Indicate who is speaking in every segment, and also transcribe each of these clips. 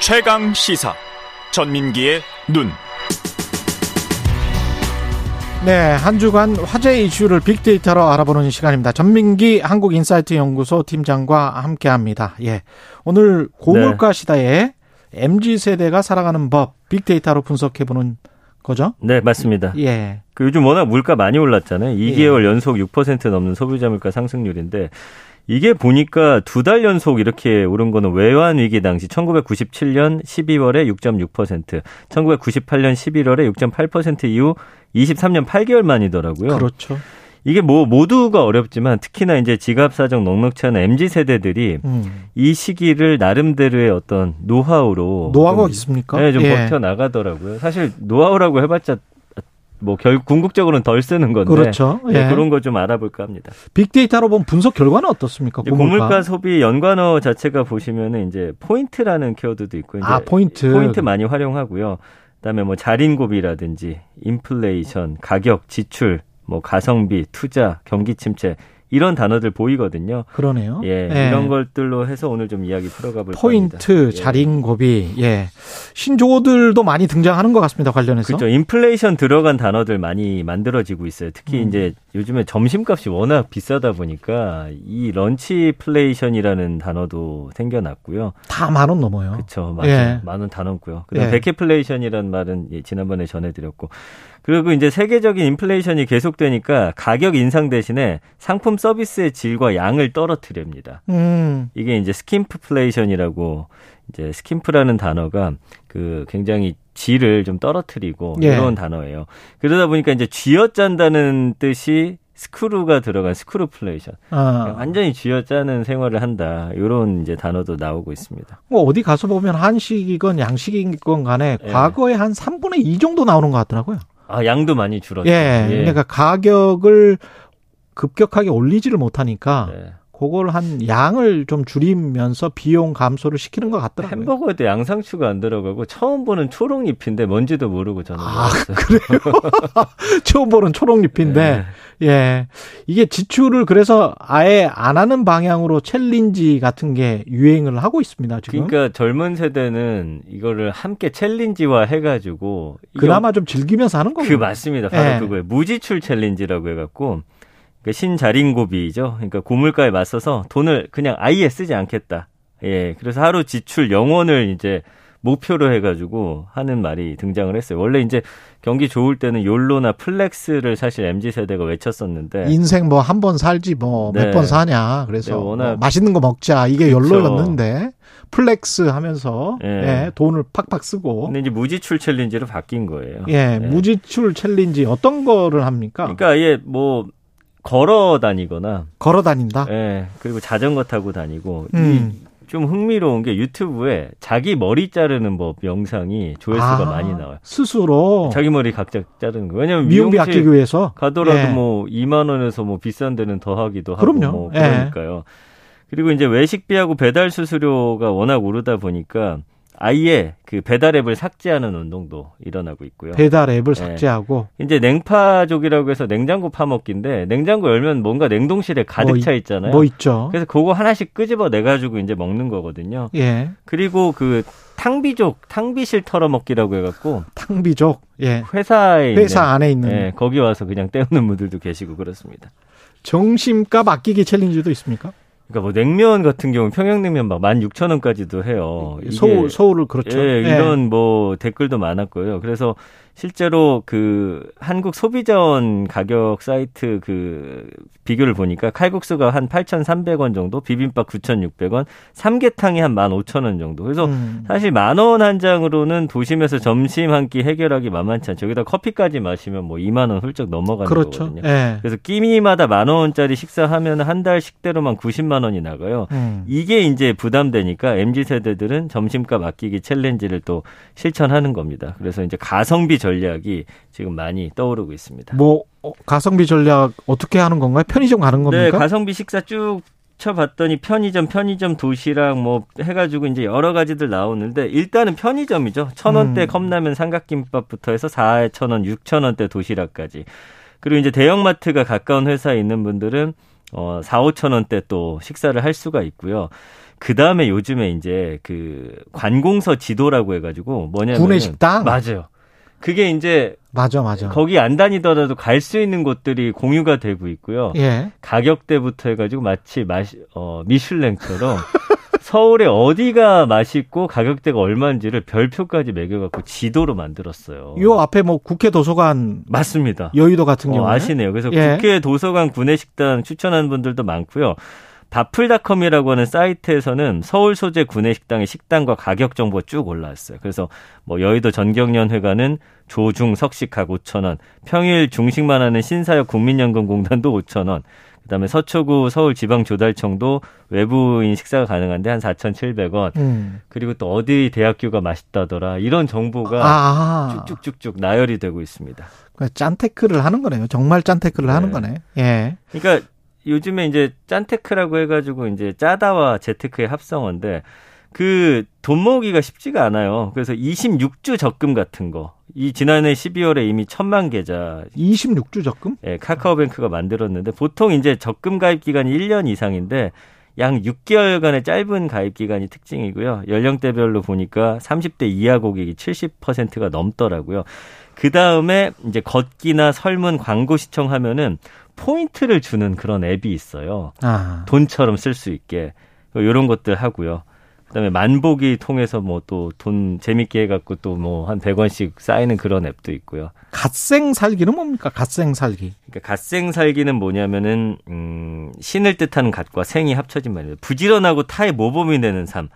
Speaker 1: 최강 시사 전민기의 눈.
Speaker 2: 네, 한 주간 화제 이슈를 빅데이터로 알아보는 시간입니다. 전민기 한국인사이트 연구소 팀장과 함께합니다. 예, 오늘
Speaker 3: 네.
Speaker 2: 고물가 시대에 mz 세대가 살아가는 법 빅데이터로 분석해보는 거죠.
Speaker 3: 네, 맞습니다.
Speaker 2: 예,
Speaker 3: 그 요즘 워낙 물가 많이 올랐잖아요. 2개월 연속 6% 넘는 소비자 물가 상승률인데 이게 보니까 두 달 연속 이렇게 오른 거는 외환 위기 당시 1997년 12월에 6.6%, 1998년 11월에 6.8% 이후 23년 8개월 만이더라고요.
Speaker 2: 그렇죠.
Speaker 3: 이게 뭐 모두가 어렵지만 특히나 이제 지갑 사정 넉넉치 않은 mz 세대들이
Speaker 2: 음,
Speaker 3: 이 시기를 나름대로의 어떤 노하우로
Speaker 2: 노하우가
Speaker 3: 좀,
Speaker 2: 있습니까?
Speaker 3: 네, 좀
Speaker 2: 예.
Speaker 3: 버텨 나가더라고요. 사실 노하우라고 해봤자 뭐 결, 궁극적으로는 덜 쓰는 건데
Speaker 2: 그렇죠.
Speaker 3: 네,
Speaker 2: 예.
Speaker 3: 그런 거 좀 알아볼까 합니다.
Speaker 2: 빅데이터로 본 분석 결과는 어떻습니까?
Speaker 3: 이제 고물가. 소비 연관어 자체가 보시면은 이제 포인트라는 키워드도 있고 이제
Speaker 2: 아, 포인트.
Speaker 3: 포인트 많이 활용하고요. 그다음에 뭐 자린고비라든지 인플레이션, 가격, 지출, 뭐 가성비, 투자, 경기 침체 이런 단어들 보이거든요.
Speaker 2: 그러네요.
Speaker 3: 예, 이런 것들로 해서 오늘 좀 이야기 풀어가 볼까 합니다.
Speaker 2: 어? 포인트,
Speaker 3: 예.
Speaker 2: 자린고비, 예. 신조어들도 많이 등장하는 것 같습니다. 관련해서.
Speaker 3: 그죠. 그렇죠. 인플레이션 들어간 단어들 많이 만들어지고 있어요. 특히 이제 요즘에 점심값이 워낙 비싸다 보니까 이 런치플레이션이라는 단어도 생겨났고요.
Speaker 2: 다 만 원 넘어요.
Speaker 3: 그렇죠. 맞아요.
Speaker 2: 예.
Speaker 3: 만원 다 넘고요. 그다음
Speaker 2: 예.
Speaker 3: 에 백해플레이션이라는 말은 예, 지난번에 전해드렸고. 그리고 이제 세계적인 인플레이션이 계속되니까 가격 인상 대신에 상품 서비스의 질과 양을 떨어뜨립니다.
Speaker 2: 음,
Speaker 3: 이게 이제 스킨프플레이션이라고 이제 스킨프라는 단어가 그 굉장히 질을 좀 떨어뜨리고
Speaker 2: 예.
Speaker 3: 이런 단어예요. 그러다 보니까 이제 쥐어짠다는 뜻이 스크루가 들어간 스크루플레이션.
Speaker 2: 아.
Speaker 3: 완전히 쥐어짜는 생활을 한다. 이런 이제 단어도 나오고 있습니다.
Speaker 2: 뭐 어디 가서 보면 한식이건 양식이건 간에
Speaker 3: 예.
Speaker 2: 과거에 한 3분의 2 정도 나오는 것 같더라고요.
Speaker 3: 아, 양도 많이 줄었죠.
Speaker 2: 예. 그러니까 가격을 급격하게 올리지를 못하니까
Speaker 3: 네.
Speaker 2: 그걸 한 양을 좀 줄이면서 비용 감소를 시키는 것 같더라고요.
Speaker 3: 햄버거에도 양상추가 안 들어가고 처음 보는 초록잎인데 뭔지도 모르고 저는
Speaker 2: 아,
Speaker 3: 먹었어요.
Speaker 2: 처음 보는
Speaker 3: 네.
Speaker 2: 초록잎인데, 예. 이게 지출을 그래서 아예 안 하는 방향으로 챌린지 같은 게 유행을 하고 있습니다, 지금.
Speaker 3: 그러니까 젊은 세대는 이거를 함께 챌린지화 해가지고 이게
Speaker 2: 그나마 좀 즐기면서 하는
Speaker 3: 그
Speaker 2: 거예요.
Speaker 3: 맞습니다. 바로
Speaker 2: 예.
Speaker 3: 그거예요. 무지출 챌린지라고 해갖고 그러니까 신자린고비죠. 그러니까 고물가에 맞서서 돈을 그냥 아예 쓰지 않겠다. 예, 그래서 하루 지출 0원을 이제 목표로 해가지고 하는 말이 등장을 했어요. 원래 이제 경기 좋을 때는 욜로나 플렉스를 사실 mz 세대가 외쳤었는데
Speaker 2: 인생 뭐 한 번 살지 뭐 몇
Speaker 3: 네.
Speaker 2: 번 사냐. 그래서
Speaker 3: 네, 워낙- 그렇죠.
Speaker 2: 뭐 맛있는 거 먹자. 이게
Speaker 3: 그쵸.
Speaker 2: 연로였는데 플렉스 하면서
Speaker 3: 예.
Speaker 2: 예, 돈을 팍팍 쓰고
Speaker 3: 근데 이제 무지출 챌린지로 바뀐 거예요.
Speaker 2: 뭐? 예,
Speaker 3: 네.
Speaker 2: 무지출 챌린지 어떤 거를 합니까?
Speaker 3: 그러니까 아예 뭐 걸어 다니거나
Speaker 2: 걸어 다닌다.
Speaker 3: 예, 그리고 자전거 타고 다니고
Speaker 2: 아. 음.
Speaker 3: 네. 이 좀 흥미로운 게 유튜브에 자기 머리 자르는 법 영상이 조회수가
Speaker 2: 아,
Speaker 3: 많이 나와요.
Speaker 2: 스스로
Speaker 3: 자기 머리 각자 자르는 거. 왜냐면
Speaker 2: 미용비
Speaker 3: 미용실
Speaker 2: 아끼기 위해서
Speaker 3: 가더라도
Speaker 2: 예.
Speaker 3: 뭐 2만 원에서 뭐 비싼 데는 더 하기도 하고
Speaker 2: 그럼요.
Speaker 3: 뭐
Speaker 2: 예.
Speaker 3: 그러니까요. 그리고 이제 외식비하고 배달 수수료가 워낙 오르다 보니까 아예 그 배달 앱을 삭제하는 운동도 일어나고 있고요.
Speaker 2: 배달 앱을
Speaker 3: 예.
Speaker 2: 삭제하고
Speaker 3: 이제 냉파족이라고 해서 냉장고 파먹기인데 냉장고 열면 뭔가 냉동실에 가득
Speaker 2: 뭐 이-
Speaker 3: 차 있잖아요.
Speaker 2: 뭐 있죠.
Speaker 3: 그래서 그거 하나씩 끄집어 내가지고 이제 먹는 거거든요.
Speaker 2: 예.
Speaker 3: 그리고 그 탕비족, 탕비실 털어먹기라고 해갖고
Speaker 2: 탕비족.
Speaker 3: 네,
Speaker 2: 예.
Speaker 3: 회사에
Speaker 2: 회사 안에 있는
Speaker 3: 있는, 예, 거기 와서 그냥 때우는 분들도 계시고 그렇습니다.
Speaker 2: 정심값 아끼기 챌린지도 있습니까?
Speaker 3: 그러니까 뭐 냉면 같은 경우 평양냉면 막 16,000원까지도 해요. 어, 이게-
Speaker 2: 서울 서울을 그렇죠.
Speaker 3: 예, 이런 뭐 댓글도 많았고요. 그래서 실제로 그 한국 소비자원 가격 사이트 그 비교를 보니까 칼국수가 한 8,300원 정도, 비빔밥 9,600원, 삼계탕이 한 15,000원 정도. 그래서
Speaker 2: 음.
Speaker 3: 사실 만 원 한 장으로는 도심에서 점심 한 끼 해결하기 만만치 않죠. 여기다 커피까지 마시면 뭐 2만 원 훌쩍 넘어가는
Speaker 2: 그렇죠.
Speaker 3: 거거든요.
Speaker 2: 예.
Speaker 3: 그래서 끼니마다 만 원짜리 식사하면 한 달 식대로만 90만 원이 나가요.
Speaker 2: 음.
Speaker 3: 이게 이제 부담되니까 MZ 세대들은 점심값 아끼기 챌린지를 또 실천하는 겁니다. 그래서 이제 가성비 전략이 지금 많이 떠오르고 있습니다.
Speaker 2: 뭐 어, 가성비 전략 어떻게 하는 건가요? 편의점 가는
Speaker 3: 네,
Speaker 2: 겁니까?
Speaker 3: 가성비 식사 쭉 쳐봤더니 편의점, 편의점 도시락 뭐 해가지고 이제 여러 가지들 나오는데 일단은 편의점이죠. 천 원대
Speaker 2: 음.
Speaker 3: 컵라면 삼각김밥부터 해서 사천 원, 육천 원대 도시락까지. 그리고 이제 대형마트가 가까운 회사에 있는 분들은 어, 4, 5천 원대 또 식사를 할 수가 있고요. 그 다음에 요즘에 이제 그 관공서 지도라고 해가지고 뭐냐면
Speaker 2: 군의 식당?
Speaker 3: 네. 맞아요. 그게 이제
Speaker 2: 맞아, 맞아.
Speaker 3: 거기 안 다니더라도 갈 수 있는 곳들이 공유가 되고 있고요.
Speaker 2: 예.
Speaker 3: 가격대부터 해가지고 마치 마시, 어, 미슐랭처럼 서울에 어디가 맛있고 가격대가 얼마인지를 별표까지 매겨갖고 지도로 만들었어요.
Speaker 2: 요 앞에 뭐 국회 도서관
Speaker 3: 맞습니다.
Speaker 2: 여의도 같은 경우
Speaker 3: 어,
Speaker 2: 에
Speaker 3: 아시네요. 그래서
Speaker 2: 예.
Speaker 3: 국회 도서관 구내식당 추천하는 분들도 많고요. 바풀닷컴이라고 하는 사이트에서는 서울 소재 구내식당의 식당과 가격 정보가 쭉 올라왔어요. 그래서 뭐 여의도 전경련 회관은 조중 석식학 5,000원, 평일 중식만 하는 신사역 국민연금공단도 5,000원, 그다음에 서초구 서울지방조달청도 외부인 식사가 가능한데 한 4,700원,
Speaker 2: 음.
Speaker 3: 그리고 또 어디 대학교가 맛있다더라 이런 정보가
Speaker 2: 아,
Speaker 3: 쭉쭉쭉쭉 나열이 되고 있습니다.
Speaker 2: 그냥 짠테크를 하는 거네요. 정말 짠테크를 하는 거네. 예.
Speaker 3: 그러니까 요즘에 이제 짠테크라고 해가지고 이제 짜다와 재테크의 합성어인데 그 돈 모으기가 쉽지가 않아요. 그래서 26주 적금 같은 거. 이 지난해 12월에 이미 천만 계좌
Speaker 2: 26주 적금?
Speaker 3: 예, 카카오뱅크가 만들었는데 보통 이제 적금 가입 기간이 1년 이상인데 양 6개월간의 짧은 가입 기간이 특징이고요. 연령대별로 보니까 30대 이하 고객이 70%가 넘더라고요. 그 다음에 이제 걷기나 설문 광고 시청하면은 포인트를 주는 그런 앱이 있어요.
Speaker 2: 아.
Speaker 3: 돈처럼 쓸 수 있게 이런 것들 하고요. 그다음에 만보기 통해서 뭐 또 돈 재밌게 해갖고 또 뭐 한 100원씩 쌓이는 그런 앱도 있고요.
Speaker 2: 갓생 살기는 뭡니까? 갓생 살기.
Speaker 3: 그러니까 갓생 살기는 뭐냐면은 음, 신을 뜻하는 갓과 생이 합쳐진 말이에요. 부지런하고 타의 모범이 되는 삶.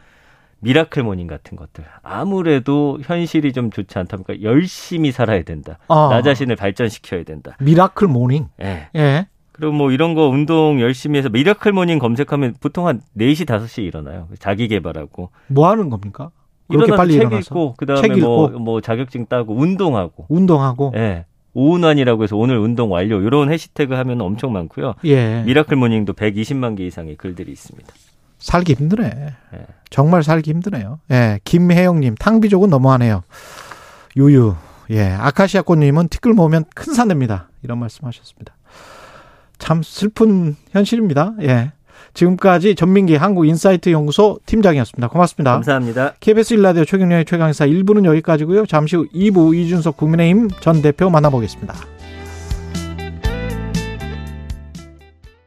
Speaker 3: 미라클 모닝 같은 것들. 아무래도 현실이 좀 좋지 않다 보니까 열심히 살아야 된다.
Speaker 2: 아.
Speaker 3: 나 자신을 발전시켜야 된다.
Speaker 2: 미라클 모닝.
Speaker 3: 예.
Speaker 2: 예.
Speaker 3: 그리고 뭐 이런 거 운동 열심히 해서 미라클 모닝 검색하면 보통 한 4시 5시에 일어나요. 자기 개발하고.
Speaker 2: 뭐 하는 겁니까? 그렇게
Speaker 3: 일어나서
Speaker 2: 빨리
Speaker 3: 책
Speaker 2: 일어나서
Speaker 3: 읽고 그다음에
Speaker 2: 책 읽고. 어.
Speaker 3: 뭐, 뭐 자격증 따고 운동하고.
Speaker 2: 운동하고.
Speaker 3: 예. 오운환이라고 해서 오늘 운동 완료. 이런 해시태그 하면 엄청 많고요.
Speaker 2: 예.
Speaker 3: 미라클 모닝도 120만 개 이상의 글들이 있습니다.
Speaker 2: 살기 힘드네.
Speaker 3: 예.
Speaker 2: 정말 살기 힘드네요. 예. 김혜영님, 탕비족은 너무하네요. 유유. 예. 아카시아 꽃님은 티끌 모으면 큰 산입니다. 이런 말씀하셨습니다. 참 슬픈 현실입니다. 예. 지금까지 전민기 한국인사이트 연구소 팀장이었습니다. 고맙습니다.
Speaker 3: 감사합니다.
Speaker 2: KBS 1라디오 최경련의 최강사 1부는 여기까지고요. 잠시 후 2부 이준석 국민의힘 전 대표 만나보겠습니다.